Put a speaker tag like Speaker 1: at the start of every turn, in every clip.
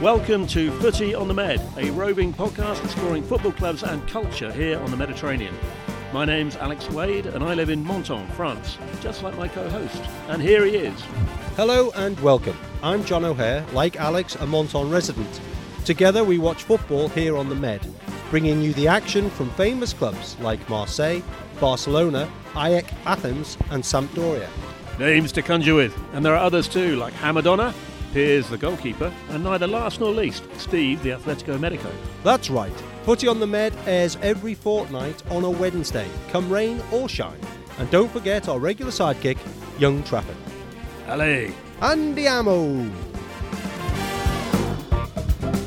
Speaker 1: Welcome to Footy on the Med, a roving podcast exploring football clubs and culture here on the Mediterranean. My name's Alex Wade and I live in Monton, France, just like my co host. And here he is.
Speaker 2: Hello and welcome. I'm John O'Hare, like Alex, a Monton resident. Together we watch football here on the Med, bringing you the action from famous clubs like Marseille, Barcelona, Ajax Athens, and Sampdoria.
Speaker 1: Names to conjure with, and there are others too, like Hamadonna, Piers the goalkeeper, and neither last nor least, Steve the Atletico Medico.
Speaker 2: That's right, Footy on the Med airs every fortnight on a Wednesday, come rain or shine. And don't forget our regular sidekick, Young Trafford.
Speaker 1: Ale,
Speaker 2: Andiamo!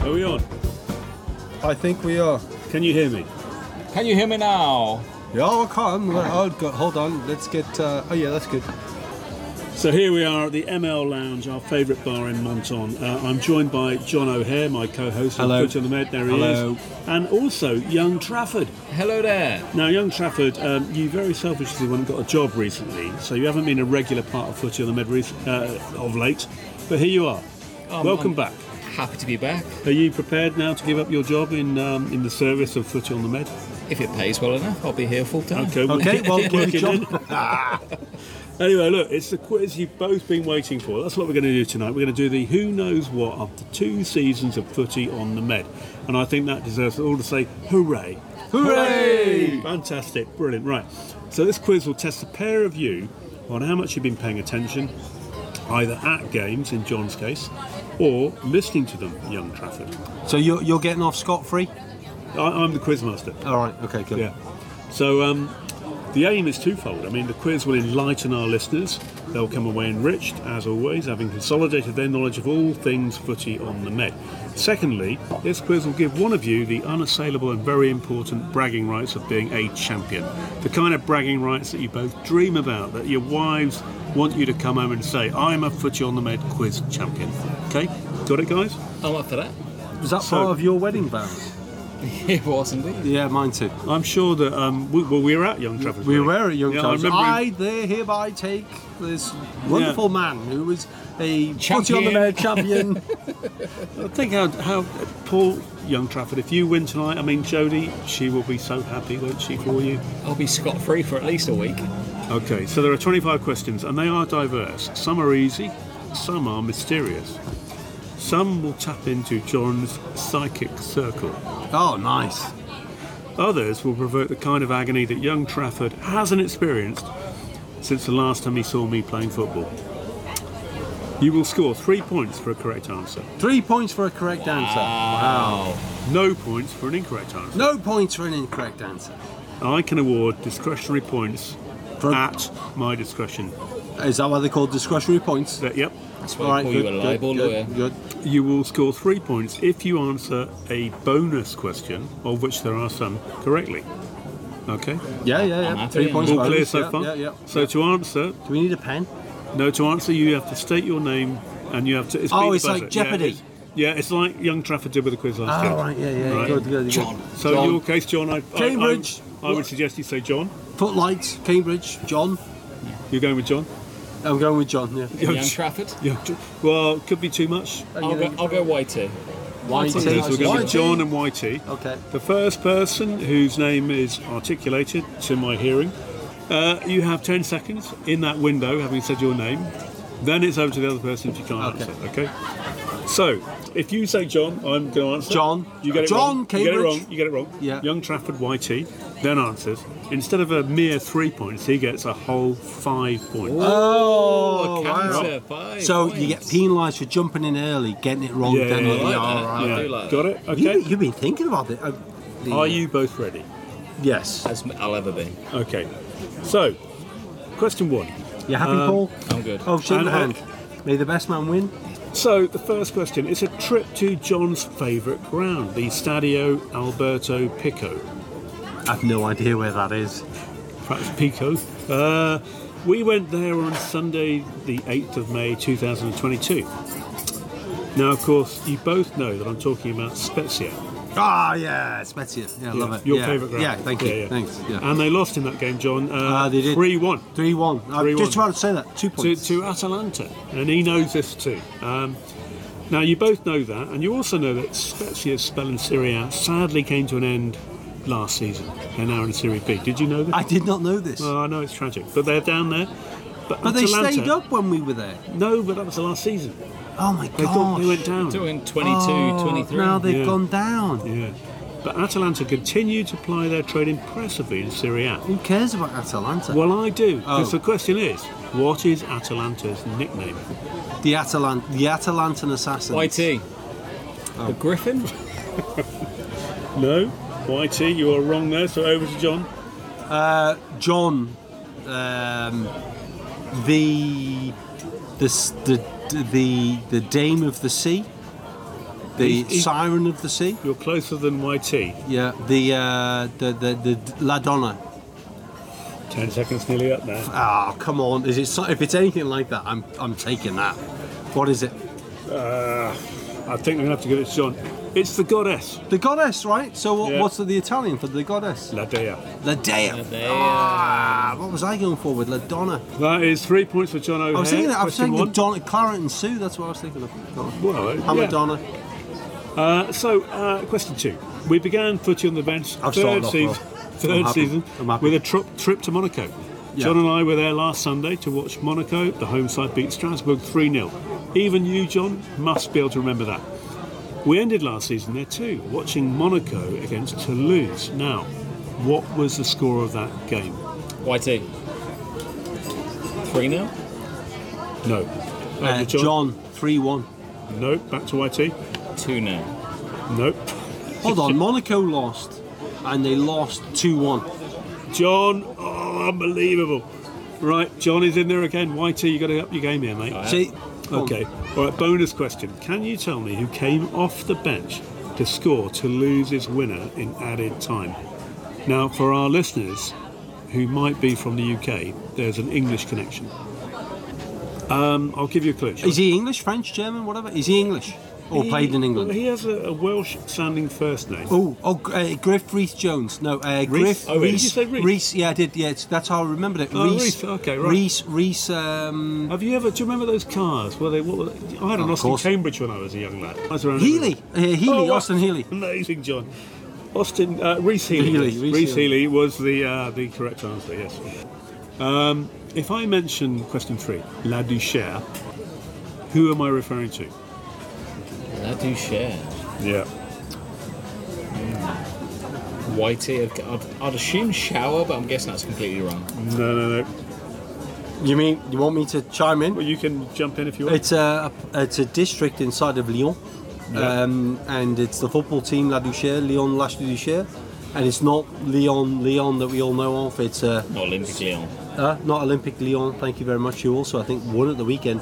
Speaker 1: are we on?
Speaker 3: I think we are.
Speaker 1: Can you hear me?
Speaker 4: Can you hear me now?
Speaker 3: Yeah, oh, I'll come. I'll go. Hold on. Let's get. Uh, oh yeah, that's good.
Speaker 5: So here we are at the ML Lounge, our favourite bar in Monton. Uh, I'm joined by John O'Hare, my co-host. on
Speaker 3: Hello.
Speaker 5: Footy on the Med. There he
Speaker 3: Hello.
Speaker 5: is. And also young Trafford.
Speaker 4: Hello there.
Speaker 5: Now, young Trafford, um, you very selfishly went and got a job recently, so you haven't been a regular part of Footy on the Med rec- uh, of late. But here you are.
Speaker 4: Um,
Speaker 5: Welcome
Speaker 4: I'm
Speaker 5: back.
Speaker 4: Happy to be back
Speaker 5: Are you prepared now to give up your job in um, in the service of Footy on the Med?
Speaker 4: if it pays well enough. I'll be here full time.
Speaker 5: Okay.
Speaker 3: Okay, well,
Speaker 5: keep
Speaker 3: well,
Speaker 5: working
Speaker 3: John-
Speaker 5: then. Anyway, look, it's the quiz you've both been waiting for. That's what we're going to do tonight. We're going to do the Who Knows What after two seasons of footy on the Med. And I think that deserves us all to say hooray.
Speaker 3: Hooray!
Speaker 5: Fantastic, brilliant. Right, so this quiz will test the pair of you on how much you've been paying attention, either at games, in John's case, or listening to them, young Trafford.
Speaker 3: So you're, you're getting off scot free?
Speaker 5: I, I'm the quizmaster.
Speaker 3: All right. Okay. Good.
Speaker 5: Yeah. So um, the aim is twofold. I mean, the quiz will enlighten our listeners. They'll come away enriched, as always, having consolidated their knowledge of all things footy on the Met. Secondly, this quiz will give one of you the unassailable and very important bragging rights of being a champion. The kind of bragging rights that you both dream about, that your wives want you to come home and say, I'm a footy on the Med quiz champion. Okay? Got it, guys?
Speaker 4: I'm up for that.
Speaker 3: Was that
Speaker 5: So-
Speaker 3: part of your wedding vows?
Speaker 4: It was indeed.
Speaker 3: Yeah, mine too.
Speaker 5: I'm sure that um, we, well, we were at Young Trafford's.
Speaker 3: We
Speaker 5: wedding.
Speaker 3: were at Young
Speaker 5: yeah,
Speaker 3: Trafford.
Speaker 5: I remember him-
Speaker 3: I there hereby take this wonderful man who was a footy on the
Speaker 4: Champion.
Speaker 3: mare champion.
Speaker 5: I think how, how Paul Young Trafford, if you win tonight, I mean Jodie, she will be so happy, won't she, for you?
Speaker 4: I'll be scot free for at least a week.
Speaker 5: Okay, so there are 25 questions, and they are diverse. Some are easy, some are mysterious. Some will tap into John's psychic circle.
Speaker 3: oh, nice.
Speaker 5: Others will provoke the kind of agony that young Trafford hasn't experienced since the last time he saw me playing football. You will score three points for a correct answer,
Speaker 3: Three points for a correct answer. Wow.
Speaker 5: no points for an incorrect answer.
Speaker 3: No points for an incorrect answer.
Speaker 5: I can award discretionary points
Speaker 3: From-
Speaker 5: at my discretion.
Speaker 3: Is that why they're called discretionary points?
Speaker 5: That- yep.
Speaker 4: That's why I call you a libel lawyer.
Speaker 3: good, good.
Speaker 5: You will score three points if you answer a bonus question, of which there are some correctly. Okay.
Speaker 3: Yeah, yeah,
Speaker 4: I'm
Speaker 3: yeah.
Speaker 4: happy.
Speaker 3: Three points.
Speaker 5: All
Speaker 3: bonus.
Speaker 5: clear so
Speaker 3: yeah,
Speaker 5: far.
Speaker 3: Yeah, yeah.
Speaker 5: So to answer,
Speaker 3: Do we need a pen?
Speaker 5: no, to answer you have to state your name and you have to. It's
Speaker 3: Oh,
Speaker 5: beat the
Speaker 3: it's like
Speaker 5: buzzer. Yeah,
Speaker 3: Jeopardy.
Speaker 5: it's- Yeah, it's, like Young Trafford did with the quiz last
Speaker 3: Ah,
Speaker 5: year.
Speaker 3: right, yeah, yeah,
Speaker 5: Right.
Speaker 3: good, good, good.
Speaker 4: John.
Speaker 5: So in your case, John, I, I- I-
Speaker 3: Cambridge.
Speaker 5: I, would suggest you say John.
Speaker 3: Footlights, Cambridge, John.
Speaker 5: You're going with John.
Speaker 3: I'm going with John, yeah.
Speaker 4: Young Trafford.
Speaker 5: Yeah. Well, could be too much.
Speaker 4: I'll go, I'll go Y2.
Speaker 3: YT.
Speaker 5: So we're going
Speaker 3: YT.
Speaker 5: with John and YT.
Speaker 3: Okay.
Speaker 5: The first person whose name is articulated to my hearing, uh, you have 10 seconds in that window, having said your name. Then it's over to the other person if you can't
Speaker 3: Okay.
Speaker 5: answer. Okay. So if you say John, I'm going to answer.
Speaker 3: John.
Speaker 5: You get it wrong.
Speaker 3: John
Speaker 5: You get it
Speaker 3: Cambridge.
Speaker 5: wrong. You get it wrong.
Speaker 3: Yeah.
Speaker 5: Young Trafford YT then answers. Instead of a mere three points, he gets a whole five points.
Speaker 3: Oh, wow.
Speaker 4: Cancer, five
Speaker 3: So
Speaker 4: points.
Speaker 3: you get penalised for jumping in early, getting it wrong,
Speaker 5: Yeah,
Speaker 3: then
Speaker 5: yeah,
Speaker 3: yeah,
Speaker 5: yeah.
Speaker 3: all
Speaker 4: I
Speaker 3: right.
Speaker 5: Yeah.
Speaker 4: do like
Speaker 5: Got it?
Speaker 3: You,
Speaker 5: Okay.
Speaker 3: you've been thinking about it. Uh, the-
Speaker 5: Are you both ready?
Speaker 3: Yes.
Speaker 4: As I'll ever be.
Speaker 5: Okay. So, question one.
Speaker 3: You happy, Paul?
Speaker 4: I'm good.
Speaker 3: Oh,
Speaker 5: Um,
Speaker 3: shake
Speaker 5: and,
Speaker 3: the
Speaker 5: uh,
Speaker 3: hand. May the best man win.
Speaker 5: So the first question is a trip to John's favourite ground, the Stadio Alberto Pico,
Speaker 3: I've no idea where that is.
Speaker 5: perhaps Pico. Uh, we went there on Sunday, the 8th of May 2022. Now, of course, you both know that I'm talking about Spezia,
Speaker 3: Ah, yeah, Spezia. Yeah, I love it.
Speaker 5: your
Speaker 3: yeah.
Speaker 5: favourite ground.
Speaker 3: Yeah, thank you.
Speaker 5: Yeah, Uh, yeah.
Speaker 3: Thanks. Yeah.
Speaker 5: And they lost in that game, John. Uh,
Speaker 3: Uh, they did.
Speaker 5: 3 1.
Speaker 3: 3 1. I'm
Speaker 5: 3-1.
Speaker 3: just about to say that. Two
Speaker 5: to,
Speaker 3: points.
Speaker 5: to Atalanta, and he knows this too. Um, Now, you both know that, and you also know that Spezia's spell in Serie A sadly came to an end last season. They're now in Serie B. Did you know that?
Speaker 3: I did not know this.
Speaker 5: Well, I know it's tragic, but they're down there. But,
Speaker 3: but they
Speaker 5: Atalanta-
Speaker 3: stayed up when we were there.
Speaker 5: No, but that was the last season.
Speaker 3: Oh my
Speaker 5: They, got,
Speaker 3: gosh.
Speaker 5: they went down.
Speaker 4: Doing 22,
Speaker 3: Oh,
Speaker 4: 23.
Speaker 3: Now they've
Speaker 5: Yeah.
Speaker 3: gone down.
Speaker 5: Yeah. But Atalanta continue to ply their trade impressively in Serie A.
Speaker 3: Who cares about Atalanta?
Speaker 5: Well, I do, because
Speaker 3: Oh.
Speaker 5: the question is, what is Atalanta's nickname?
Speaker 3: The Atalan, the Atalantan assassins.
Speaker 4: YT. The Griffin?
Speaker 5: No, YT, you are wrong there. So over to John.
Speaker 3: Uh, John, um, the, the s- the the the Dame of the Sea, the
Speaker 5: He's- he's-
Speaker 3: Siren of the Sea.
Speaker 5: You're closer than YT.
Speaker 3: Yeah, the uh, the, the the La Donna.
Speaker 5: Ten seconds nearly up there.
Speaker 3: Ah, come on! Is it so, if it's anything like that? I'm I'm taking that. What is it?
Speaker 5: Uh, I think I'm going to have to give it to John. It's the goddess,
Speaker 3: The goddess, right? So what,
Speaker 5: Yeah.
Speaker 3: what's the Italian for the goddess?
Speaker 5: La Dea.
Speaker 3: La Dea.
Speaker 4: Dea.
Speaker 3: Ah, what was I going for with La Donna?
Speaker 5: That is three points for John O'Hare.
Speaker 3: I was thinking that. I was
Speaker 5: Question
Speaker 3: thinking
Speaker 5: one.
Speaker 3: Donna, Claret and Sue. That's what I was thinking of. Donna.
Speaker 5: Well, uh,
Speaker 3: Hammer
Speaker 5: yeah.
Speaker 3: Donna.
Speaker 5: Uh, so, uh, question two. We began footy on the bench
Speaker 3: I've
Speaker 5: third
Speaker 3: started off
Speaker 5: season,
Speaker 3: well. I'm
Speaker 5: third
Speaker 3: happy.
Speaker 5: season
Speaker 3: I'm happy.
Speaker 5: with a trip, trip to Monaco.
Speaker 3: Yeah.
Speaker 5: John and I were there last Sunday to watch Monaco. The home side beat Strasbourg 3 0. Even you, John, must be able to remember that. We ended last season there too, watching Monaco against Toulouse. Now, what was the score of that game?
Speaker 4: YT. 3 now?
Speaker 5: No. Over to
Speaker 3: Uh, John, three one.
Speaker 5: No. Back to YT.
Speaker 4: 2 now.
Speaker 5: Nope.
Speaker 3: Hold on, Monaco lost, and they lost two one.
Speaker 5: John, oh, unbelievable. Right, John is in there again. YT, you got to up your game here, mate.
Speaker 3: See,
Speaker 5: Okay. All right. Bonus question: Can you tell me who came off the bench to score Toulouse's winner in added time? Now, for our listeners who might be from the UK, there's an English connection. Um, I'll give you a clue. shall I?
Speaker 3: is he English, French, German, whatever? Is he English or
Speaker 5: He-
Speaker 3: played in
Speaker 5: well,
Speaker 3: England?
Speaker 5: he has a, a Welsh sounding first name.
Speaker 3: Oh, oh, uh, Griff Reese Jones. No, uh, Griff.
Speaker 5: Oh, really? Did you say Reece?
Speaker 3: Reese. Yeah, I did. Yeah, it's, that's how I remembered it.
Speaker 5: Oh,
Speaker 3: Reece.
Speaker 5: Reece, okay, right.
Speaker 3: Reese. Reese. Um,
Speaker 5: Have you ever? Do you remember those cars? Were they? What were they? I had
Speaker 3: Of
Speaker 5: an Austin
Speaker 3: course.
Speaker 5: Cambridge when I was a young lad. I was around
Speaker 3: Healy. Uh, Healy.
Speaker 5: Oh, wow.
Speaker 3: Austin Healy.
Speaker 5: Amazing, John. Austin uh, Reese Healy.
Speaker 3: Healy,
Speaker 5: yes.
Speaker 3: Reece
Speaker 5: Reece
Speaker 3: Healy.
Speaker 5: Healy was the uh, the correct answer. Yes. Um, if I mention question three, La Duchère, who am I referring to?
Speaker 4: I do share.
Speaker 5: Yeah.
Speaker 4: YT, I'd, I'd, I'd assume shower, but I'm guessing that's completely wrong.
Speaker 5: No, no, no.
Speaker 3: You mean you want me to chime in?
Speaker 5: Well, you can jump in if you want.
Speaker 3: It's a it's a district inside of Lyon, um, and it's the football team La Duchère, Lyon La Duchère, and it's not Lyon Lyon that we all know of. It's uh,
Speaker 4: Not Olympic on.
Speaker 3: uh, not Olympic Lyon. Thank you very much. You also I think won at the weekend,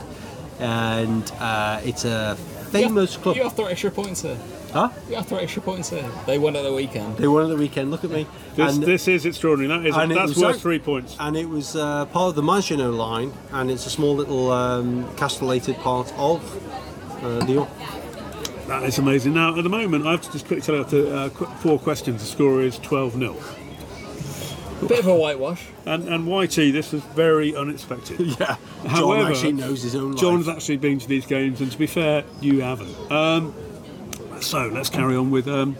Speaker 3: and uh, it's a famous club.
Speaker 4: You have to extra points there.
Speaker 3: Huh?
Speaker 4: You have to extra points there. They won at the weekend.
Speaker 3: They won at the weekend. Look at me.
Speaker 5: this,
Speaker 3: and,
Speaker 5: this is extraordinary. That is,
Speaker 3: and it
Speaker 5: that's
Speaker 3: was
Speaker 5: worth
Speaker 3: ac-
Speaker 5: three points.
Speaker 3: And it was uh, part of the Maginot Line, and it's a small little um, castellated part of uh, Lyon.
Speaker 5: That is amazing. Now, at the moment, I have to just quickly tell you after uh, qu- four questions, the score is 12 0.
Speaker 4: Bit of a whitewash.
Speaker 5: And, and YT, this is very unexpected.
Speaker 3: Yeah.
Speaker 5: However,
Speaker 3: John actually knows his own. life.
Speaker 5: John's actually been to these games, and to be fair, you haven't. Um, so let's carry on with. Um,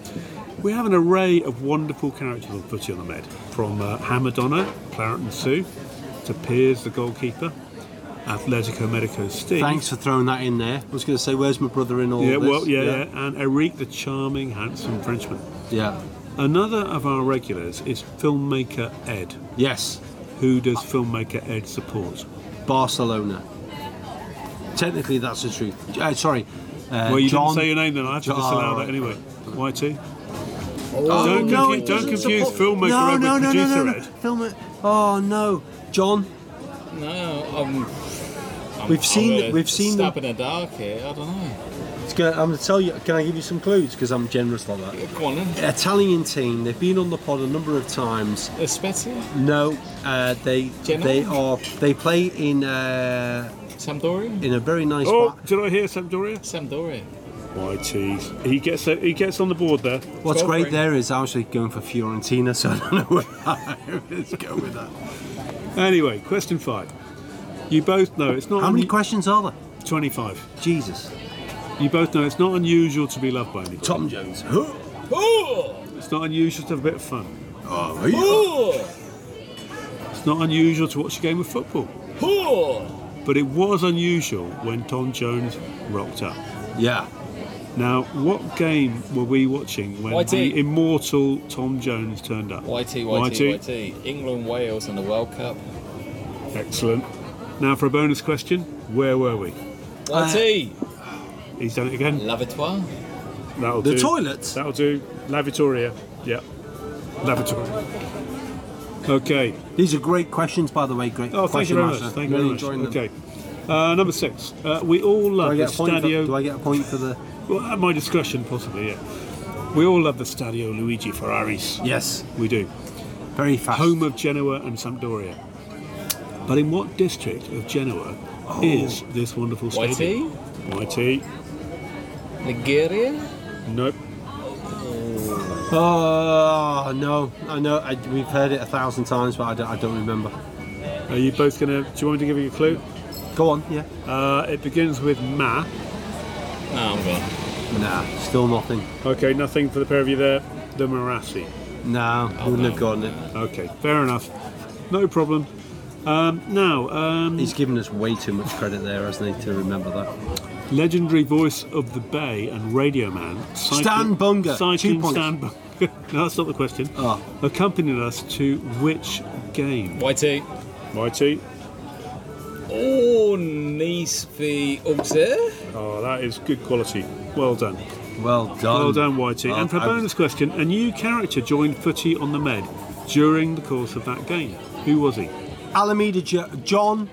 Speaker 5: we have an array of wonderful characters on Footy on the Med, from uh, Hamadonna, Claret and Sue, to Piers, the goalkeeper, Atletico Medico Steve.
Speaker 3: Thanks for throwing that in there. I was going to say, where's my brother in all
Speaker 5: Yeah,
Speaker 3: this?
Speaker 5: well, yeah, yeah, and Eric, the charming, handsome Frenchman.
Speaker 3: yeah.
Speaker 5: Another of our regulars is filmmaker Ed.
Speaker 3: Yes,
Speaker 5: Who does filmmaker Ed support?
Speaker 3: Uh, Barcelona. Technically, that's the truth. Uh, sorry. Uh,
Speaker 5: well, you
Speaker 3: John,
Speaker 5: didn't say your name, then I have to
Speaker 3: John-
Speaker 5: disallow
Speaker 3: alright.
Speaker 5: that anyway. YT?
Speaker 3: Oh,
Speaker 5: Don't
Speaker 3: no,
Speaker 5: confu-
Speaker 3: it
Speaker 5: don't
Speaker 3: doesn't
Speaker 5: confuse
Speaker 3: support-
Speaker 5: filmmaker
Speaker 3: no,
Speaker 5: Ed with
Speaker 3: no, no, no,
Speaker 5: producer
Speaker 3: no, no.
Speaker 5: Ed.
Speaker 3: Film it. Oh no, John.
Speaker 4: No, I'm. I'm
Speaker 3: We've
Speaker 4: I'm
Speaker 3: seen-
Speaker 4: gonna
Speaker 3: we've seen
Speaker 4: Stab in the dark here. I don't know.
Speaker 3: It's gonna, I'm going to tell you. Can I give you some clues? Because I'm generous like that.
Speaker 4: Go on then.
Speaker 3: Italian team. They've been on the pod a number of times.
Speaker 4: Spezia,
Speaker 3: No, uh, they
Speaker 4: Genoa?
Speaker 3: they are they play in uh,
Speaker 4: Sampdoria,
Speaker 3: in a very nice.
Speaker 5: Oh,
Speaker 3: ba-
Speaker 5: did I hear Sampdoria?
Speaker 4: Sampdoria.
Speaker 5: Why, geez. He gets he gets on the board there.
Speaker 3: What's
Speaker 4: Twelve
Speaker 3: great
Speaker 4: ring.
Speaker 3: there is I was actually going for Fiorentina, so I don't know where I was going with that.
Speaker 5: Anyway, question five. You both know it's not
Speaker 3: How many
Speaker 5: only-
Speaker 3: questions are there?
Speaker 5: 25.
Speaker 3: Jesus.
Speaker 5: you both know it's not unusual to be loved by anybody.
Speaker 6: Tom Jones. Oh,
Speaker 4: Oh!
Speaker 5: It's not unusual to have a bit of fun.
Speaker 6: oh,
Speaker 4: Oh!
Speaker 5: It's not unusual to watch a game of football.
Speaker 4: Oh!
Speaker 5: But it was unusual when Tom Jones rocked up.
Speaker 3: Yeah.
Speaker 5: Now, what game were we watching when
Speaker 4: YT.
Speaker 5: the immortal Tom Jones turned up?
Speaker 4: YT, YT, YT. England, Wales, and the World Cup.
Speaker 5: Excellent. Now, for a bonus question, where were we?
Speaker 4: YT!
Speaker 3: Uh,
Speaker 5: He's done it again.
Speaker 4: Lavatoire.
Speaker 5: That'll
Speaker 3: The
Speaker 5: do.
Speaker 3: toilets?
Speaker 5: That'll do. Lavatoria. Yeah. Lavatoria. Okay.
Speaker 3: These are great questions, by the way. Great
Speaker 5: Oh, thank you
Speaker 3: question
Speaker 5: very much.
Speaker 3: master.
Speaker 5: Thank you
Speaker 3: Really
Speaker 5: very much.
Speaker 3: enjoying them.
Speaker 5: Okay. Uh, number six. Uh, we all
Speaker 3: Do
Speaker 5: love
Speaker 3: I,
Speaker 5: the
Speaker 3: get a point for,
Speaker 5: Stadio.
Speaker 3: do I get a point for the?
Speaker 5: Well, at my discretion, possibly, yeah. We all love the Stadio Luigi Ferraris.
Speaker 3: Yes,
Speaker 5: We do.
Speaker 3: very fast.
Speaker 5: Home of Genoa and Sampdoria. But in what district of Genoa
Speaker 3: Oh.
Speaker 5: is this wonderful
Speaker 4: YT?
Speaker 5: stadium? YT?
Speaker 4: Nigeria?
Speaker 5: Nope.
Speaker 3: Oh no, I know. I, we've heard it a thousand times, but I don't, I don't remember.
Speaker 5: Are you both gonna? Do you want me to give you a clue?
Speaker 3: Go on. Yeah.
Speaker 5: Uh, it begins with Ma.
Speaker 4: No, Oh, I'm gone.
Speaker 3: Nah, still nothing.
Speaker 5: Okay, nothing for the pair of you there. The Marassi.
Speaker 3: No,
Speaker 5: Oh,
Speaker 3: wouldn't have gotten it.
Speaker 5: Okay, fair enough. No problem. Um, now, um,
Speaker 3: He's given us way too much credit there, hasn't he, to remember that?
Speaker 5: legendary voice of the Bay and radio man citing-
Speaker 3: Stan Bunger, two
Speaker 5: Citing
Speaker 3: points.
Speaker 5: Stan Bunger. no, that's not the question.
Speaker 3: Oh.
Speaker 5: Accompanied us to which game?
Speaker 4: YT.
Speaker 5: Mighty.
Speaker 4: Oh, Nice v Auxerre?
Speaker 5: Oh, that is good quality. Well done.
Speaker 3: Well done.
Speaker 5: well done, Whitey.
Speaker 3: Well,
Speaker 5: and for a
Speaker 3: I-
Speaker 5: bonus question, a new character joined footy on the med during the course of that game. Who was he?
Speaker 3: Alameda Joe, John.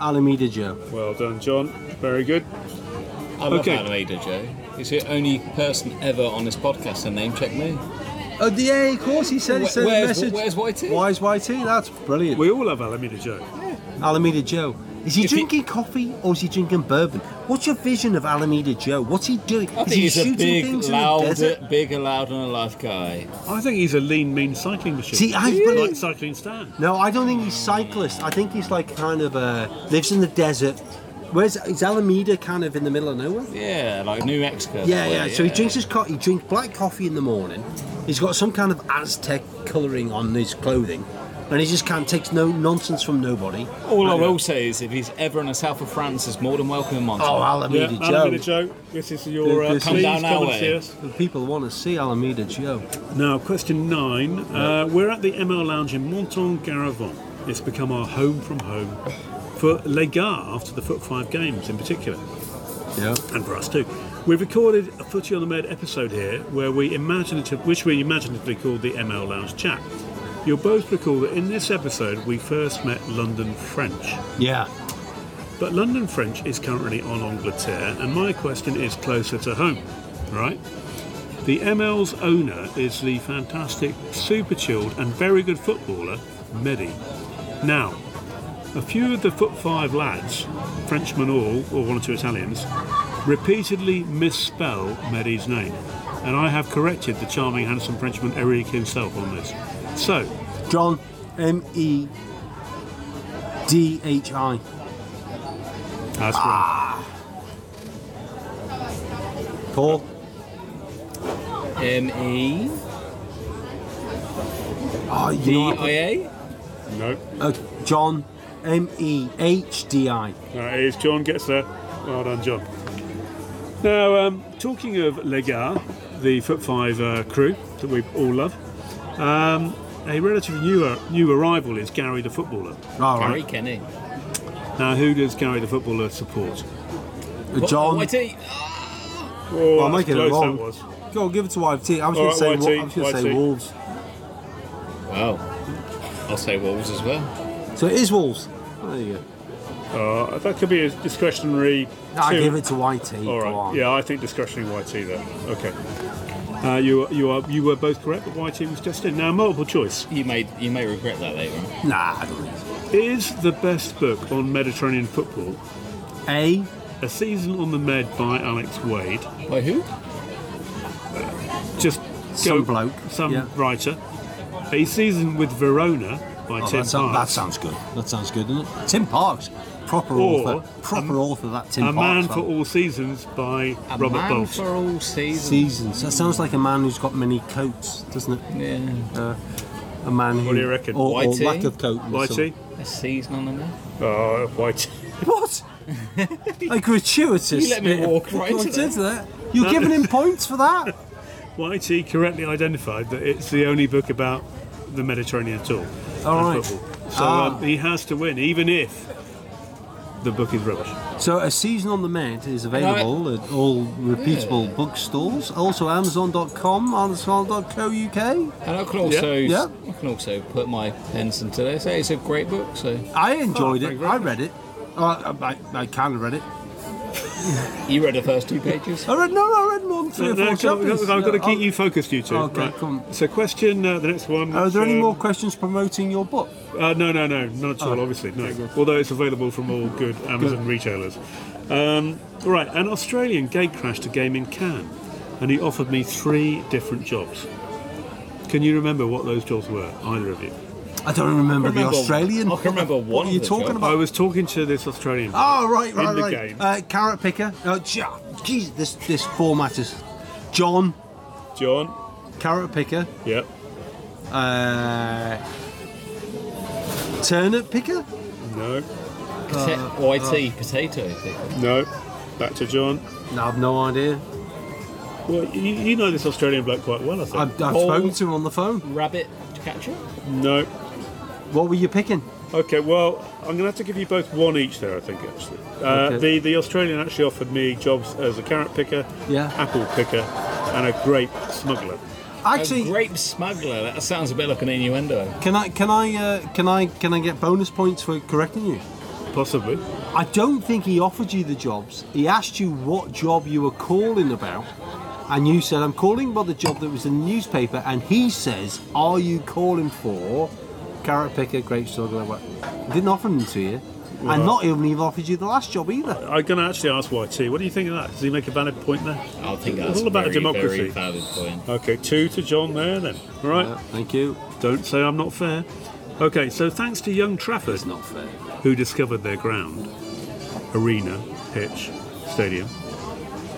Speaker 3: Alameda Joe.
Speaker 5: Well done, John. Very good.
Speaker 4: I love
Speaker 5: Okay.
Speaker 4: okay. Alameda, Joe. He's the only person ever on this podcast to name check me.
Speaker 3: Oh yeah, of course he said. He
Speaker 4: Where-
Speaker 3: sent a
Speaker 4: where's-
Speaker 3: message.
Speaker 4: where's YT?
Speaker 3: Why is YT? That's brilliant.
Speaker 5: We all have Alameda Joe.
Speaker 3: Alameda Joe. Is he
Speaker 4: If he-
Speaker 3: drinking coffee or is he drinking bourbon? What's your vision of Alameda Joe? What's he doing?
Speaker 4: I
Speaker 3: is
Speaker 4: think
Speaker 3: he
Speaker 4: he's a
Speaker 3: shooting
Speaker 4: big,
Speaker 3: things in the
Speaker 4: loud,
Speaker 3: desert?
Speaker 4: big, loud, and alive guy.
Speaker 5: I think he's a lean, mean cycling machine.
Speaker 3: See, I
Speaker 5: like
Speaker 3: believe-
Speaker 5: cycling Stan.
Speaker 3: No, I don't think he's cyclist. I think he's like kind of uh, lives in the desert. Where's is Alameda? Kind of in the middle of nowhere.
Speaker 4: Yeah, like New Mexico.
Speaker 3: Yeah,
Speaker 4: that
Speaker 3: yeah.
Speaker 4: way,
Speaker 3: So he drinks his coffee. He drinks black coffee in the morning. He's got some kind of Aztec colouring on his clothing, and he just can't takes no nonsense from nobody.
Speaker 5: Oh,
Speaker 4: All I will say is, if he's ever in the south of France, is more than welcome in
Speaker 3: Oh,
Speaker 4: Montana.
Speaker 5: Yeah,
Speaker 3: Alameda
Speaker 5: Alameda
Speaker 3: Joe.
Speaker 5: Joe. This is your uh,
Speaker 3: This is-
Speaker 5: please
Speaker 4: Come down
Speaker 5: come
Speaker 4: our
Speaker 5: and see
Speaker 4: way.
Speaker 5: us.
Speaker 3: The People want to see Alameda Joe.
Speaker 5: Now, question nine. Uh, we're at the ML Lounge in Monton Garavant. It's become our home from home for Legar after the Foot Five games in particular,
Speaker 3: Yeah.
Speaker 5: and for us too. We've recorded a Footy on the Med episode here, where we imaginative, which we imaginatively called the ML Lounge chat. You'll both recall that in this episode we first met London French.
Speaker 3: Yeah.
Speaker 5: But London French is currently on Angleterre, and my question is closer to home, right? The ML's owner is the fantastic, super chilled, and very good footballer, Medi. Now, a few of the foot five lads, Frenchmen all, or one or two Italians, repeatedly misspell Medi's name, and I have corrected the charming, handsome Frenchman Eric himself on this. So,
Speaker 3: John M E D H I.
Speaker 5: that's right.
Speaker 3: Paul.
Speaker 4: M E
Speaker 3: Oh, you
Speaker 4: D
Speaker 3: know
Speaker 4: I A.
Speaker 5: No,
Speaker 3: Uh, John M E H D I.
Speaker 5: That is, John gets there. Well done, John. Now, um, talking of Legar, the Foot Five uh, crew that we all love, um, a relative new, uh, new arrival is Gary the footballer.
Speaker 3: All
Speaker 4: Gary
Speaker 3: right.
Speaker 4: Kenny.
Speaker 5: Now, who does Gary the footballer support?
Speaker 3: Uh, John.
Speaker 4: What- YT.
Speaker 5: Oh,
Speaker 3: I'm
Speaker 5: that's
Speaker 3: making it
Speaker 5: close
Speaker 3: wrong.
Speaker 5: That was.
Speaker 3: Go on, give it to YT. I was going
Speaker 5: All
Speaker 3: to say,
Speaker 5: right,
Speaker 3: Wol-
Speaker 5: YT,
Speaker 3: I was gonna say
Speaker 5: YT.
Speaker 3: Wolves.
Speaker 4: Wow. I'll say Wolves as well.
Speaker 3: So it is Wolves. There you go.
Speaker 5: Uh, that could be a discretionary.
Speaker 3: I
Speaker 5: two.
Speaker 3: give it to YT.
Speaker 5: All
Speaker 3: Go on.
Speaker 5: right. Yeah, I think discretionary YT there. Okay. Uh, you you are you were both correct, but YT was just in. Now multiple choice.
Speaker 4: You may you may regret that later. on.
Speaker 3: Nah, I don't think so.
Speaker 5: Is the best book on Mediterranean football
Speaker 3: A.
Speaker 5: A Season on the Med by Alex Wade?
Speaker 4: Wait, who?
Speaker 5: Just
Speaker 3: Some
Speaker 5: go-
Speaker 3: bloke,
Speaker 5: some
Speaker 3: yeah.
Speaker 5: writer. A Season with Verona by
Speaker 3: Oh,
Speaker 5: Tim
Speaker 3: that, sound- that
Speaker 5: Parks.
Speaker 3: sounds good. That sounds good, doesn't it? Tim Parks, proper
Speaker 5: Or
Speaker 3: author, proper author. That Tim
Speaker 5: A Man
Speaker 3: Parks.
Speaker 5: for
Speaker 3: man.
Speaker 5: All Seasons by
Speaker 4: A
Speaker 5: Robert
Speaker 4: man
Speaker 5: Bolt.
Speaker 4: for all seasons.
Speaker 3: seasons. That sounds like a man who's got many coats, doesn't it?
Speaker 4: Yeah,
Speaker 3: A man who.
Speaker 5: What do you reckon?
Speaker 3: Or, or
Speaker 4: Whitey?
Speaker 3: lack of coat. or
Speaker 5: Whitey?
Speaker 3: something.
Speaker 4: a season on the net. Uh,
Speaker 5: Oh, Whitey.
Speaker 3: What? a gratuitous.
Speaker 4: You let me
Speaker 3: bit of
Speaker 4: walk right into
Speaker 3: content there. You're giving him points for that.
Speaker 5: Whitey correctly identified that it's the only book about the Mediterranean at all.
Speaker 3: All
Speaker 5: and
Speaker 3: right.
Speaker 5: football. So
Speaker 3: Ah.
Speaker 5: um, he has to win, even if the book is rubbish.
Speaker 3: So, A Season on the Med is available at all reputable bookstores, also Amazon.com, Amazon.co.uk.
Speaker 4: And I can also,
Speaker 3: Yeah.
Speaker 4: I can also put my pence into this. Hey, It's a great book. So
Speaker 3: I enjoyed
Speaker 5: Oh,
Speaker 3: it.
Speaker 5: very
Speaker 3: I read it. Oh, I, I, I kind of read it.
Speaker 4: you read the first two pages.
Speaker 3: I read no, I read more than three
Speaker 5: No,
Speaker 3: or four
Speaker 5: Uh, no, come on,
Speaker 3: chapters.
Speaker 5: I've got to
Speaker 3: Oh,
Speaker 5: keep you focused, you two.
Speaker 3: Okay, come on.
Speaker 5: So, question uh, the next one.
Speaker 3: Are there
Speaker 5: which,
Speaker 3: any
Speaker 5: um,
Speaker 3: more questions promoting your book?
Speaker 5: Uh, no, no, no, not at all, obviously. No.
Speaker 3: very good.
Speaker 5: Although it's available from all Oh. good Amazon
Speaker 3: Good.
Speaker 5: retailers. Um, right, an Australian gate crashed a game in Cannes and he offered me three different jobs. Can you remember what those jobs were, either of you?
Speaker 3: I don't remember, the Australian.
Speaker 4: I can remember one.
Speaker 3: What are you
Speaker 4: of the
Speaker 3: talking
Speaker 4: jobs.
Speaker 3: about?
Speaker 5: I was talking to this Australian.
Speaker 3: Oh right,
Speaker 5: in
Speaker 3: right,
Speaker 5: the
Speaker 3: right.
Speaker 5: game.
Speaker 3: Uh, carrot picker. Oh, ja- jeez, this this format is. John,
Speaker 5: John?
Speaker 3: carrot picker.
Speaker 5: Yep.
Speaker 3: Uh, turnip picker.
Speaker 5: No.
Speaker 4: Pota- YT potato. Thing.
Speaker 5: No. Back to John.
Speaker 3: No, I've no idea.
Speaker 5: Well, you, you know this Australian bloke quite well, I think.
Speaker 3: I've, I've
Speaker 4: Ball.
Speaker 3: spoken to him on the phone.
Speaker 4: Rabbit catcher.
Speaker 5: no.
Speaker 3: What were you picking?
Speaker 5: Okay, well, I'm going to have to give you both one each there, I think, actually. Uh,
Speaker 3: Okay.
Speaker 5: the, the Australian actually offered me jobs as a carrot picker,
Speaker 3: Yeah.
Speaker 5: apple picker, and a grape smuggler.
Speaker 4: a
Speaker 3: Actually,
Speaker 4: grape smuggler. That sounds a bit like an innuendo.
Speaker 3: can I can I uh, can I can I get bonus points for correcting you?
Speaker 5: Possibly.
Speaker 3: I don't think he offered you the jobs. He asked you what job you were calling about, and you said, "I'm calling about the job that was in the newspaper." And he says, "Are you calling for carrot picker, grape smuggler?" What? He Didn't offer them to you, and not even even offered you the last job either.
Speaker 5: I'm going to actually ask YT. What do you think of that? Does he make a valid point there?
Speaker 4: I think
Speaker 5: It's
Speaker 4: that's
Speaker 5: all about
Speaker 4: a very,
Speaker 5: democracy.
Speaker 4: Very valid point.
Speaker 5: Okay, two to John there then. All right.
Speaker 3: Uh, thank you.
Speaker 5: Don't say I'm not fair. Okay, so thanks to young Trafford,
Speaker 3: It's not fair.
Speaker 5: who discovered their ground, arena, pitch, stadium.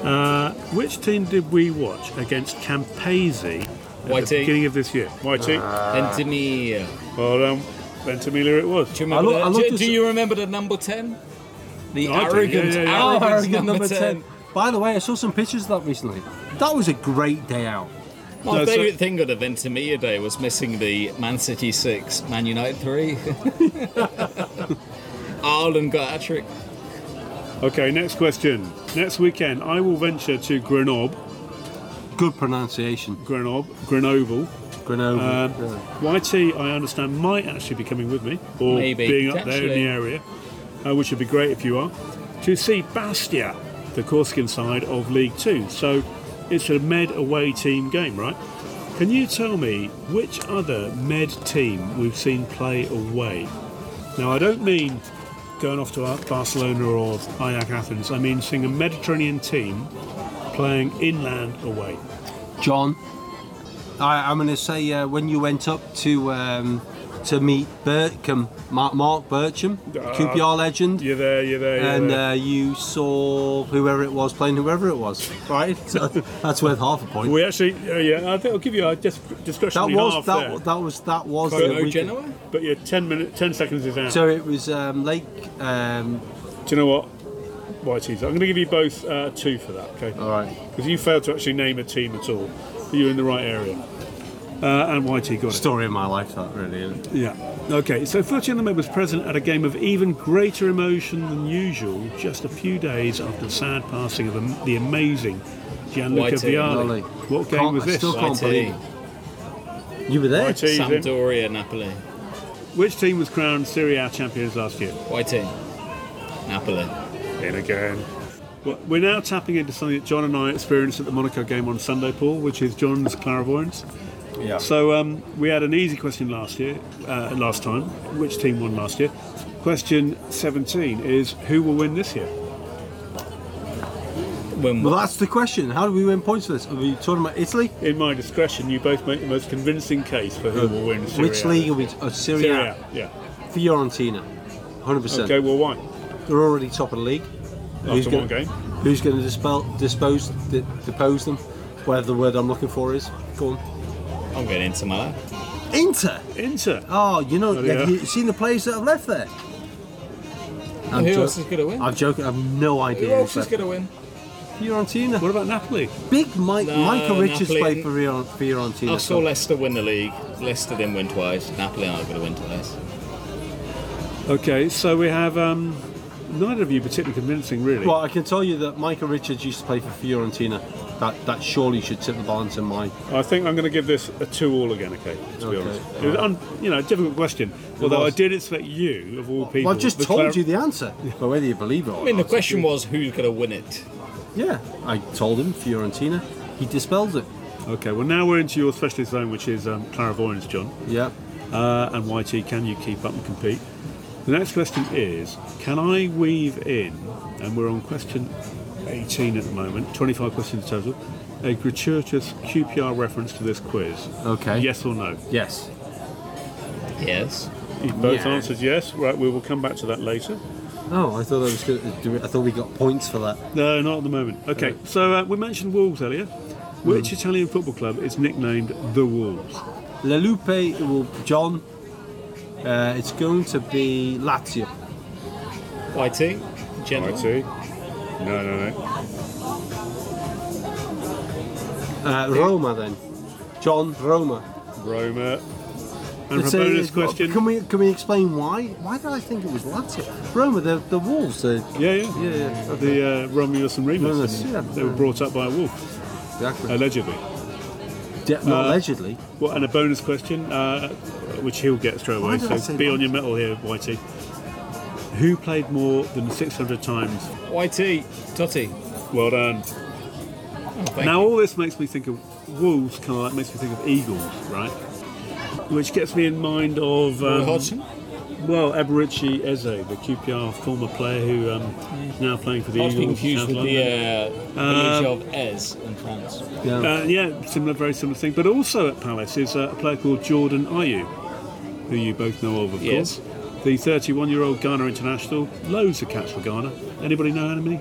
Speaker 5: Uh, which team did we watch against Campese at
Speaker 4: YT.
Speaker 5: the beginning of this year? YT.
Speaker 4: and to me, uh, do you
Speaker 5: Well, um, Ventimiglia it was.
Speaker 4: remember?
Speaker 3: look-
Speaker 4: the-
Speaker 3: I looked
Speaker 4: do,
Speaker 3: at
Speaker 4: do
Speaker 3: s-
Speaker 4: you remember the number ten? The
Speaker 5: I do,
Speaker 4: arrogant,
Speaker 5: yeah, yeah, yeah.
Speaker 4: arrogant,
Speaker 3: Arrogant
Speaker 4: Oh, number ten.
Speaker 3: By the way, I saw some pictures of that recently. That was a great day out.
Speaker 4: My
Speaker 5: No, so-
Speaker 4: favourite thing of the Ventimiglia day was missing the Man City 6, Man United 3. Ireland got a trick.
Speaker 5: Okay, next question. Next weekend, I will venture to Grenoble,
Speaker 3: Good pronunciation,
Speaker 5: Grenoble, Grenoble.
Speaker 3: Grenoble.
Speaker 4: Uh,
Speaker 5: Um,
Speaker 3: Yeah.
Speaker 5: YT, I understand, might actually be coming with me or
Speaker 4: Maybe,
Speaker 5: being up there in
Speaker 4: potentially.
Speaker 5: the area, uh, which would be great if you are, to see Bastia, the Corsican side of League Two. So it's a Med away team game, right? Can you tell me which other Med team we've seen play away? Now, I don't mean going off to Barcelona or Ajax Athens. I mean seeing a Mediterranean team playing inland away.
Speaker 3: John, I, I'm going to say uh, when you went up to um, to meet Bertram, Mark, Mark Bertram,
Speaker 5: Ah,
Speaker 3: QPR legend,
Speaker 5: You're there, you're there, you're
Speaker 3: and
Speaker 5: there.
Speaker 3: uh, you saw whoever it was playing whoever it was, right? So that's worth half a point.
Speaker 5: We actually, uh, yeah, I think I'll give you a dis-
Speaker 3: That
Speaker 5: discretionary
Speaker 3: was
Speaker 5: half
Speaker 3: that,
Speaker 5: there.
Speaker 3: wa- that was that was
Speaker 5: Chrono
Speaker 3: the
Speaker 4: Oh,
Speaker 3: weekend.
Speaker 4: Genoa?
Speaker 5: but yeah, 10 minutes, 10 seconds is out.
Speaker 3: So it was um, Lake. Um,
Speaker 5: Do you know what? Whitey's. I'm going to give you both uh, two for that, okay?
Speaker 3: all right,
Speaker 5: Because you failed to actually name a team at all. But you're in the right area. Uh, and Whitey got it.
Speaker 3: story of my life. That really. Isn't it?
Speaker 5: Yeah. Okay, so Fletcher and the Med was present at a game of even greater emotion than usual just a few days after the sad passing of the, the amazing Gianluca
Speaker 4: Whitey.
Speaker 5: Vialli.
Speaker 3: Lovely.
Speaker 5: What game
Speaker 3: Can't-
Speaker 5: was
Speaker 3: I
Speaker 5: this?
Speaker 3: still can't-
Speaker 4: YT,
Speaker 3: You were there.
Speaker 5: Whitey's in.
Speaker 4: Sampdoria, Napoli.
Speaker 5: Which team was crowned Serie A champions last year?
Speaker 4: YT, Napoli.
Speaker 5: In again. Well, we're now tapping into something that John and I experienced at the Monaco game on Sunday, Paul, which is John's clairvoyance.
Speaker 3: Yeah.
Speaker 5: So um, we had an easy question last year, uh, last time. Which team won last year? Question 17 is who will win this year?
Speaker 4: When
Speaker 3: Well, that's the question. How do we win points for this? Are we talking about Italy?
Speaker 5: In my discretion, you both make the most convincing case for who will win Serie
Speaker 3: Which
Speaker 5: A.
Speaker 3: league are we? Oh, Serie,
Speaker 5: Serie
Speaker 3: A.
Speaker 5: A, yeah.
Speaker 3: Fiorentina. 100%.
Speaker 5: Okay, well, why?
Speaker 3: They're already top of the league.
Speaker 5: After
Speaker 3: gonna,
Speaker 5: one game.
Speaker 3: Who's going to dispel, dispose, di- depose them? Whatever the word I'm looking for is. Go on.
Speaker 4: I'm going into Milan.
Speaker 3: Inter.
Speaker 5: Inter.
Speaker 3: Oh, you know,
Speaker 5: Oh, yeah.
Speaker 3: have you seen the players that have left there? I'm
Speaker 4: who
Speaker 3: jo-
Speaker 4: else is going to win?
Speaker 3: I'm joking. I have no
Speaker 4: who
Speaker 3: idea.
Speaker 4: else
Speaker 3: who's left.
Speaker 4: is going to win?
Speaker 3: Fiorentina.
Speaker 5: What about Napoli?
Speaker 3: Big Mike,
Speaker 4: No,
Speaker 3: Michael Richards
Speaker 4: Napoli-
Speaker 3: played for Fior- Fiorentina.
Speaker 4: I saw Leicester win the league. Leicester didn't win twice. Napoli aren't going to win twice.
Speaker 5: Okay, so we have um, neither of you particularly convincing, really.
Speaker 3: Well, I can tell you that Michael Richards used to play for Fiorentina. That that surely should tip the balance in my.
Speaker 5: I think I'm going to give this a two-all again. Okay, to be
Speaker 3: Okay,
Speaker 5: honest,
Speaker 3: all
Speaker 5: it was
Speaker 3: right.
Speaker 5: un, you know, difficult question. Although I
Speaker 3: was.
Speaker 5: did expect you, of all people,
Speaker 3: Well, I've just
Speaker 5: the
Speaker 3: told
Speaker 5: clar-
Speaker 3: you the answer. But whether you believe it or
Speaker 4: I mean, the
Speaker 3: not,
Speaker 4: question was who's going to win it.
Speaker 3: Yeah, I told him Fiorentina. He dispelled it.
Speaker 5: Okay, well now we're into your specialist zone, which is um, clairvoyance, John,
Speaker 3: Yeah.
Speaker 5: uh, and YT. Can you keep up and compete? The next question is: Can I weave in? And we're on question 18 at the moment. 25 questions total. A gratuitous QPR reference to this quiz.
Speaker 3: Okay.
Speaker 5: Yes or no?
Speaker 3: Yes.
Speaker 4: Yes.
Speaker 5: You both
Speaker 3: Yeah.
Speaker 5: answered yes. Right, we will come back to that later.
Speaker 3: Oh, I thought I was going to do it. I thought we got points for that.
Speaker 5: No, not at the moment. Okay, so uh, Hmm. we mentioned Wolves earlier. Which Italian football club is nicknamed the Wolves?
Speaker 3: La Lupe will John. Uh, it's going to be Lazio. Uh,
Speaker 4: YT? General?
Speaker 5: see. No, no, no.
Speaker 3: Uh, Roma then. John Roma.
Speaker 5: Roma. And for
Speaker 3: It's a-
Speaker 5: bonus
Speaker 3: it's-
Speaker 5: question.
Speaker 3: Can we can we explain why? Why did I think it was Lazio? Roma, the the Wolves. The,
Speaker 5: Yeah, yeah.
Speaker 3: yeah, yeah. Okay.
Speaker 5: The uh, Romulus and Remus.
Speaker 3: Remus,
Speaker 5: and
Speaker 3: yeah.
Speaker 5: They were brought up by a wolf,
Speaker 3: Exactly.
Speaker 5: allegedly.
Speaker 3: De- not
Speaker 5: uh,
Speaker 3: allegedly.
Speaker 5: Well, and a bonus question, uh, which he'll get straight
Speaker 3: Why
Speaker 5: away.
Speaker 3: did I
Speaker 5: So
Speaker 3: say
Speaker 5: be
Speaker 3: that?
Speaker 5: on your metal here, Whitey. Who played more than 600 times?
Speaker 4: YT? Totti?
Speaker 5: Well done.
Speaker 4: Oh, thank
Speaker 5: now
Speaker 4: you.
Speaker 5: all this makes me think of wolves, kind of like makes me think of eagles, right? Which gets me in mind of
Speaker 4: Roy
Speaker 5: um,
Speaker 4: Hodgson?
Speaker 5: well, Eberichi Eze, the QPR former player who um, is now playing for the
Speaker 4: I was
Speaker 5: Eagles.
Speaker 4: confused
Speaker 5: South
Speaker 4: with the
Speaker 5: London.
Speaker 4: uh, village of Ez in France.
Speaker 3: Yeah.
Speaker 5: Uh, yeah, similar, very similar thing. But also at Palace is uh, a player called Jordan Ayew, who you both know of, of
Speaker 4: Yes.
Speaker 5: course. The 31-year-old Ghana international, loads of caps for Ghana. Anybody know how many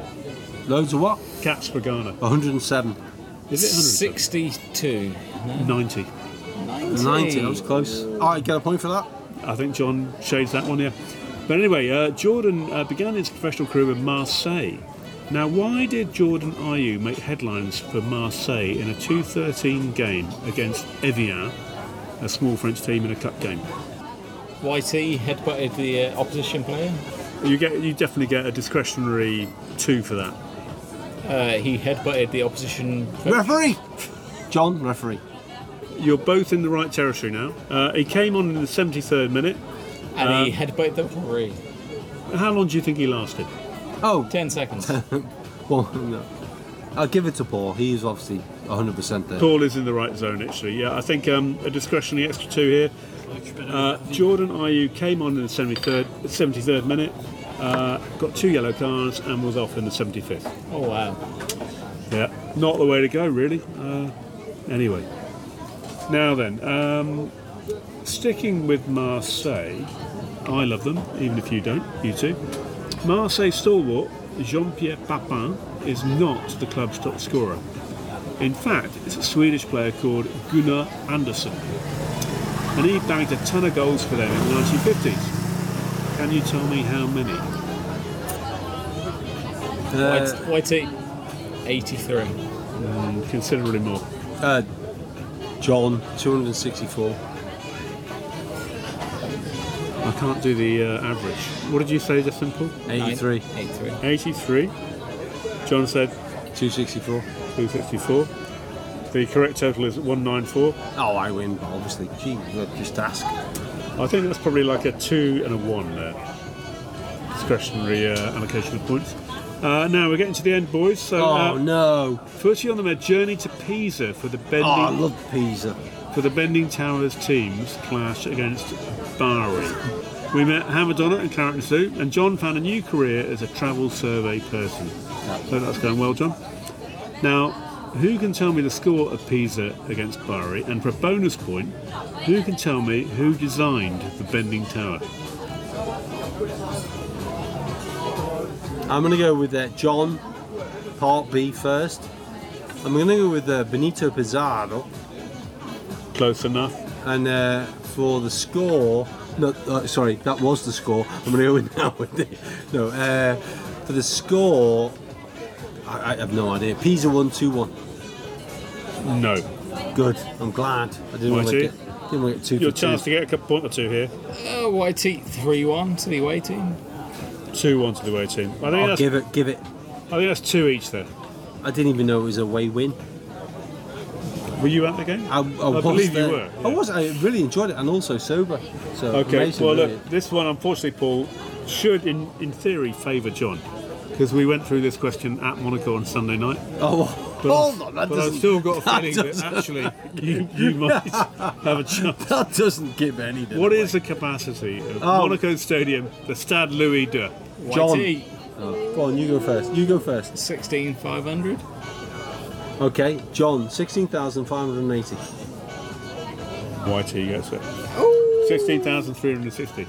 Speaker 3: Loads of what?
Speaker 5: caps for Ghana?
Speaker 3: 107.
Speaker 5: Is it 100?
Speaker 4: 62.
Speaker 5: 90.
Speaker 4: 90.
Speaker 3: 90. That was close. All right, get a point for that.
Speaker 5: I think John shades that one, yeah. But anyway, uh, Jordan uh, began his professional career in Marseille. Now, why did Jordan Ayew make headlines for Marseille in a 2-13 game against Evian, a small French team in a cup game?
Speaker 4: YT headbutted the uh, opposition player.
Speaker 5: You get, you definitely get a discretionary two for that.
Speaker 4: Uh, he headbutted the opposition.
Speaker 3: Referee. John, referee.
Speaker 5: You're both in the right territory now. Uh, he came on in the 73rd minute.
Speaker 4: And he
Speaker 3: Uh,
Speaker 4: headbutted the referee.
Speaker 5: How long do you think he lasted?
Speaker 3: Oh,
Speaker 4: 10 seconds.
Speaker 3: well, no. I'll give it to Paul. He's obviously 100% there.
Speaker 5: Paul is in the right zone, actually. Yeah, I think um, a discretionary extra two here. Uh, Jordan Ayew came on in the 73rd, 73rd minute, uh, got two yellow cards, and was off in the 75th.
Speaker 4: oh, wow.
Speaker 5: Yeah, not the way to go, really. Uh, anyway, now then, um, sticking with Marseille, I love them, even if you don't, you too. Marseille stalwart Jean Pierre Papin is not the club's top scorer. In fact, it's a Swedish player called Gunnar Andersson, and he bagged a ton of goals for them in the 1950s. Can you tell me how many?
Speaker 3: Uh,
Speaker 4: YT, 83.
Speaker 5: Mm, Considerably more.
Speaker 3: uh, John, 264.
Speaker 5: I can't do the uh, average. What did you say, Justin Paul?
Speaker 3: 83.
Speaker 4: 83.
Speaker 5: 83. John said
Speaker 3: 264.
Speaker 5: 264. The correct total is 194.
Speaker 3: Oh, I win, but obviously. Gee, look, just ask.
Speaker 5: I think that's probably like a 2 and a 1 there. Discretionary uh, allocation of points. Uh, now we're getting to the end, boys. So,
Speaker 3: Oh,
Speaker 5: uh,
Speaker 3: no.
Speaker 5: Footy on the Med journey to Pisa for the
Speaker 3: Oh,
Speaker 5: bending
Speaker 3: I love Pisa.
Speaker 5: for the Bending Towers teams clash against Bari. We met Hamadonna and Claret and Sue, and John found a new career as a travel survey person. So that's going well, John. Now, who can tell me the score of Pisa against Bari? And for a bonus point, who can tell me who designed the bending tower?
Speaker 3: I'm going to go with uh, John, part B first. I'm going to go with uh, Benito Pizarro,
Speaker 5: Close enough.
Speaker 3: and uh, for the score, no, uh, sorry, that was the score. I'm going to go with now with the, no, uh, for the score, I, I have no idea. Pisa one two one.
Speaker 5: No.
Speaker 3: Good. I'm glad. I didn't want to
Speaker 5: YT?
Speaker 3: get didn't want to get two
Speaker 5: Your
Speaker 3: for
Speaker 5: chance
Speaker 3: two.
Speaker 5: to get a point or two here.
Speaker 4: Uh, YT 3 1 to the away team.
Speaker 5: Two one to the away team. I think,
Speaker 3: I'll
Speaker 5: that's,
Speaker 3: give it. Give it.
Speaker 5: I think that's two each there.
Speaker 3: I didn't even know it was a way win.
Speaker 5: Were you at the game?
Speaker 3: I, I, was
Speaker 5: believe
Speaker 3: there.
Speaker 5: you were.
Speaker 3: I
Speaker 5: yeah.
Speaker 3: was. I really enjoyed it, and also sober. So
Speaker 5: Okay.
Speaker 3: amazing,
Speaker 5: well, look,
Speaker 3: really.
Speaker 5: this one, unfortunately, Paul should, in in theory, favour John because we went through this question at Monaco on Sunday night.
Speaker 3: Oh, well, hold on. That
Speaker 5: But I've
Speaker 3: doesn't.
Speaker 5: still got a
Speaker 3: that
Speaker 5: feeling that,
Speaker 3: doesn't-
Speaker 5: actually you, you might have a chance.
Speaker 3: That doesn't give any.
Speaker 5: What is the capacity of
Speaker 3: Oh.
Speaker 5: Monaco Stadium, the Stade Louis II?
Speaker 3: John.
Speaker 4: YT
Speaker 3: Go on, you go first. You go first.
Speaker 4: 16500.
Speaker 3: Okay, John, sixteen thousand five hundred eighty.
Speaker 5: YT gets it. 16,360.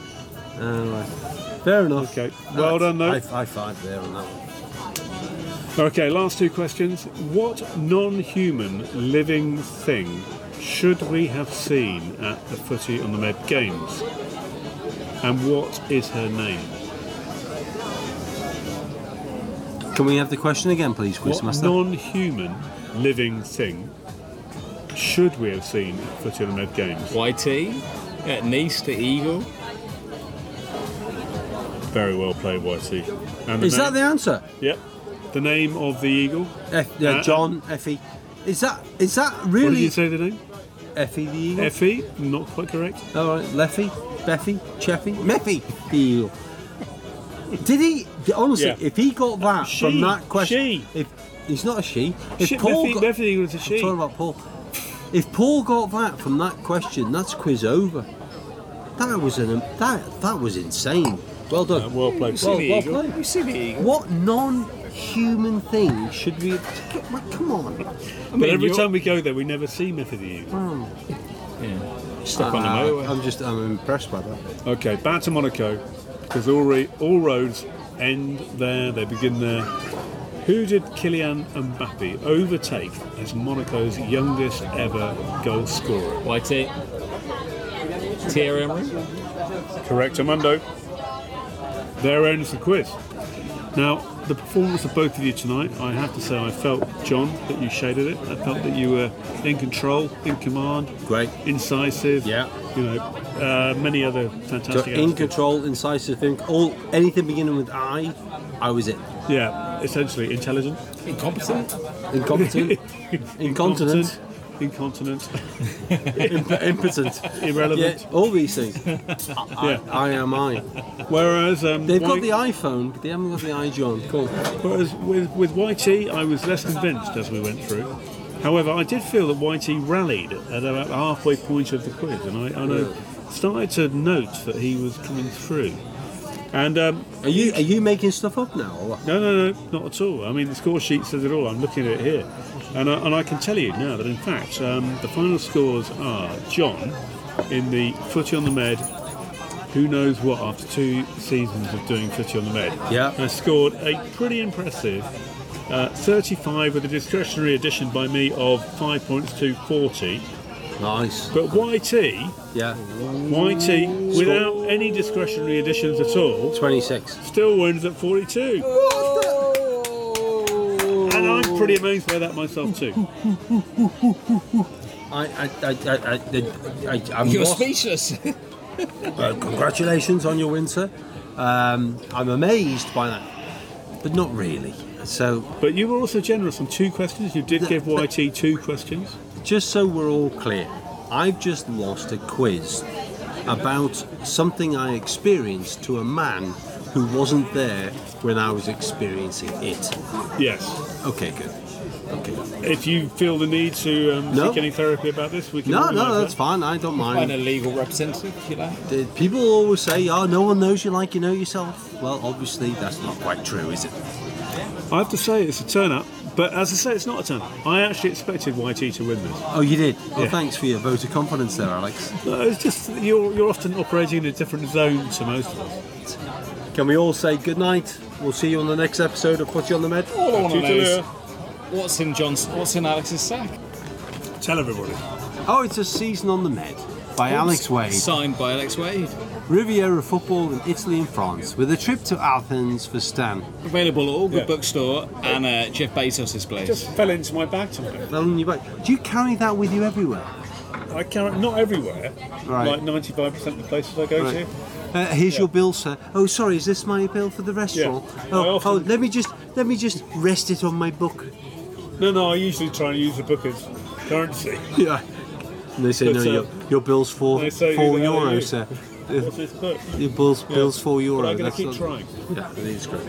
Speaker 3: Fair enough.
Speaker 5: Okay, well done, though.
Speaker 3: I, I five there on that one.
Speaker 5: Okay, last two questions. What non human living thing should we have seen at the Footy on the Med Games? And what is her name?
Speaker 3: Can we have the question again, please,
Speaker 5: What
Speaker 3: Quizmaster?
Speaker 5: non human living thing should we have seen at Footy on the Med Games?
Speaker 4: YT at Nice to Eagle.
Speaker 5: Very well played, YT. And
Speaker 3: is
Speaker 5: name-
Speaker 3: that the answer?
Speaker 5: Yep. The name of the eagle.
Speaker 3: F, yeah,
Speaker 5: Uh,
Speaker 3: John Effie. Is that is that
Speaker 5: What did
Speaker 3: really
Speaker 5: you say the name?
Speaker 3: Effie the eagle?
Speaker 5: Effie. Not quite correct.
Speaker 3: All right, Leffy, Beffy, Cheffy, Meffy the eagle. Did he honestly?
Speaker 5: Yeah.
Speaker 3: If he got that
Speaker 5: She,
Speaker 3: from that question,
Speaker 5: she.
Speaker 3: if he's not a she, if
Speaker 5: She-
Speaker 3: Paul
Speaker 5: Effie,
Speaker 3: got,
Speaker 5: Effie the eagle is a
Speaker 3: I'm
Speaker 5: she.
Speaker 3: talking about Paul. If Paul got that from that question, that's quiz over. That was an that that was insane. Well done.
Speaker 5: Uh, well played.
Speaker 3: Well,
Speaker 4: the
Speaker 3: Oh, well
Speaker 4: Eagle.
Speaker 3: played.
Speaker 4: You see the Eagle.
Speaker 3: What non-human thing should we? Come on.
Speaker 4: I
Speaker 5: But
Speaker 4: mean,
Speaker 5: every
Speaker 4: you're-
Speaker 5: time we go there, we never see Effie the eagle.
Speaker 4: Yeah. Stuck on the
Speaker 3: Uh,
Speaker 4: motorway.
Speaker 3: I'm just I'm impressed by that.
Speaker 5: Okay, back to Monaco because all, re- all roads end there. They begin there. Who did Kylian Mbappe overtake as Monaco's youngest ever goal scorer?
Speaker 4: YT. Thierry Emery.
Speaker 5: Correct, Armando. There ends the quiz. Now, the performance of both of you tonight, I have to say, I felt, John, that you shaded it. I felt that you were in control, in command,
Speaker 3: Great.
Speaker 5: incisive.
Speaker 3: Yeah.
Speaker 5: You know, uh, many other
Speaker 3: So
Speaker 5: fantastic.
Speaker 3: in
Speaker 5: attributes.
Speaker 3: control, incisive, in, all anything beginning with I, I was it.
Speaker 5: Yeah, essentially intelligent,
Speaker 4: Incompetent.
Speaker 3: Incompetent, incontinent,
Speaker 5: incontinent,
Speaker 3: imp- impotent,
Speaker 5: irrelevant.
Speaker 3: yeah, all these things. I,
Speaker 5: Yeah.
Speaker 3: I am I.
Speaker 5: Whereas um,
Speaker 3: They've
Speaker 5: Y-
Speaker 3: got the iPhone, but they haven't got the iJohn. Cool.
Speaker 5: Whereas with, with YT, I was less convinced as we went through. However, I did feel that YT rallied at about the halfway point of the quiz, and I, and I started to note that he was coming through. And um,
Speaker 3: Are you are you making stuff up now? Or what?
Speaker 5: no, no, no, not at all. I mean, the score sheet says it all. I'm looking at it here. And I, and I can tell you now that, in fact, um, the final scores are John in the footy on the med, who knows what, after two seasons of doing footy on the med,
Speaker 3: Yeah.
Speaker 5: has scored a pretty impressive uh, 35 with a discretionary addition by me of 5 points to 40.
Speaker 3: Nice.
Speaker 5: But YT,
Speaker 3: Yeah.
Speaker 5: YT, without any discretionary additions at all,
Speaker 3: 26.
Speaker 5: still wins at 42.
Speaker 4: Oh.
Speaker 5: And I'm pretty amazed by that myself too.
Speaker 3: I I I I I, I, I I'm
Speaker 4: You're
Speaker 3: lost.
Speaker 4: speechless.
Speaker 3: Uh, congratulations on your win, sir. Um, I'm amazed by that, but not really. So
Speaker 5: But you were also generous on two questions. You did give
Speaker 3: Yeah.
Speaker 5: YT two questions.
Speaker 3: Just so we're all clear, I've just lost a quiz about something I experienced to a man who wasn't there when I was experiencing it.
Speaker 5: Yes.
Speaker 3: Okay, good. Okay.
Speaker 5: If you feel the need to um,
Speaker 3: No.
Speaker 5: seek any therapy about this, we can.
Speaker 3: No,
Speaker 5: organise
Speaker 3: no,
Speaker 5: that.
Speaker 3: that's fine. I don't
Speaker 4: Find a
Speaker 3: mind.
Speaker 4: legal representative, if you like.
Speaker 3: The- People always say, oh, no one knows you like you know yourself. Well, obviously, that's not quite true, is it?
Speaker 5: I have to say, it's a turn up But as I say, it's not a ton. I actually expected YT to win this.
Speaker 3: Oh, you did. Oh,
Speaker 5: Yeah.
Speaker 3: thanks for your vote of confidence there, Alex.
Speaker 5: No, it's just that you're you're often operating in a different zone to most of us.
Speaker 3: Can we all say good night? We'll see you on the next episode of Put You on the Med.
Speaker 4: All I want to know is
Speaker 5: Tutelure.
Speaker 4: what's in John's, what's in Alex's sack.
Speaker 5: Tell everybody.
Speaker 3: Oh, it's a season on the Med by Alex Wade.
Speaker 4: Signed by Alex Wade.
Speaker 3: Riviera football in Italy and France with a trip to Athens for Stan.
Speaker 4: Available at all good
Speaker 5: Yeah.
Speaker 4: bookstore and uh, Jeff Bezos' place.
Speaker 5: Just fell into my bag tonight.
Speaker 3: Well, on your back. Do you carry that with you everywhere?
Speaker 5: I carry not everywhere.
Speaker 3: Right.
Speaker 5: Like ninety five percent of the places I go
Speaker 3: Right.
Speaker 5: to.
Speaker 3: Uh, here's your bill, sir. Oh, sorry, is this my bill for the restaurant?
Speaker 5: I
Speaker 3: Oh,
Speaker 5: often-
Speaker 3: oh, let me just let me just rest it on my book.
Speaker 5: No, no, I usually try and use the book as currency.
Speaker 3: Yeah. And they say
Speaker 5: But,
Speaker 3: no,
Speaker 5: uh,
Speaker 3: your, your bill's four
Speaker 5: they say,
Speaker 3: four
Speaker 5: "Who the hell are
Speaker 3: euro,
Speaker 5: you?"
Speaker 3: sir.
Speaker 5: What's this book?
Speaker 3: Your bill's
Speaker 5: Yeah.
Speaker 3: bill's four euro.
Speaker 5: But I'm going to
Speaker 3: that's
Speaker 5: keep
Speaker 3: not-
Speaker 5: trying.
Speaker 3: Yeah, it is great.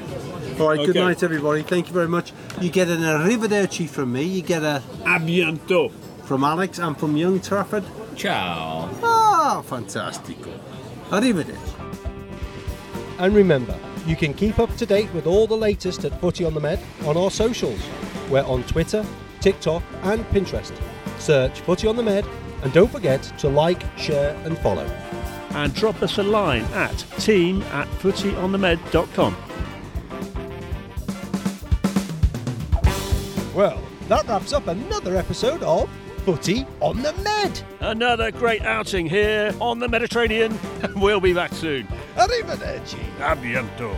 Speaker 3: All right, good
Speaker 5: Okay.
Speaker 3: night, everybody. Thank you very much. You get an arrivederci from me. You get a
Speaker 5: A bientôt.
Speaker 3: from Alex and from Young Trafford.
Speaker 4: Ciao.
Speaker 3: Ah, fantastico. Arrivederci.
Speaker 2: And remember, you can keep up to date with all the latest at Footy on the Med on our socials. We're on Twitter, TikTok, and Pinterest. Search Footy on the Med, and don't forget to like, share, and follow.
Speaker 1: And drop us a line at team at footyonthemed.com.
Speaker 2: Well, that wraps up another episode of Footy on the Med.
Speaker 1: Another great outing here on the Mediterranean, and we'll be back soon.
Speaker 2: Arrivederci.
Speaker 1: A bientôt.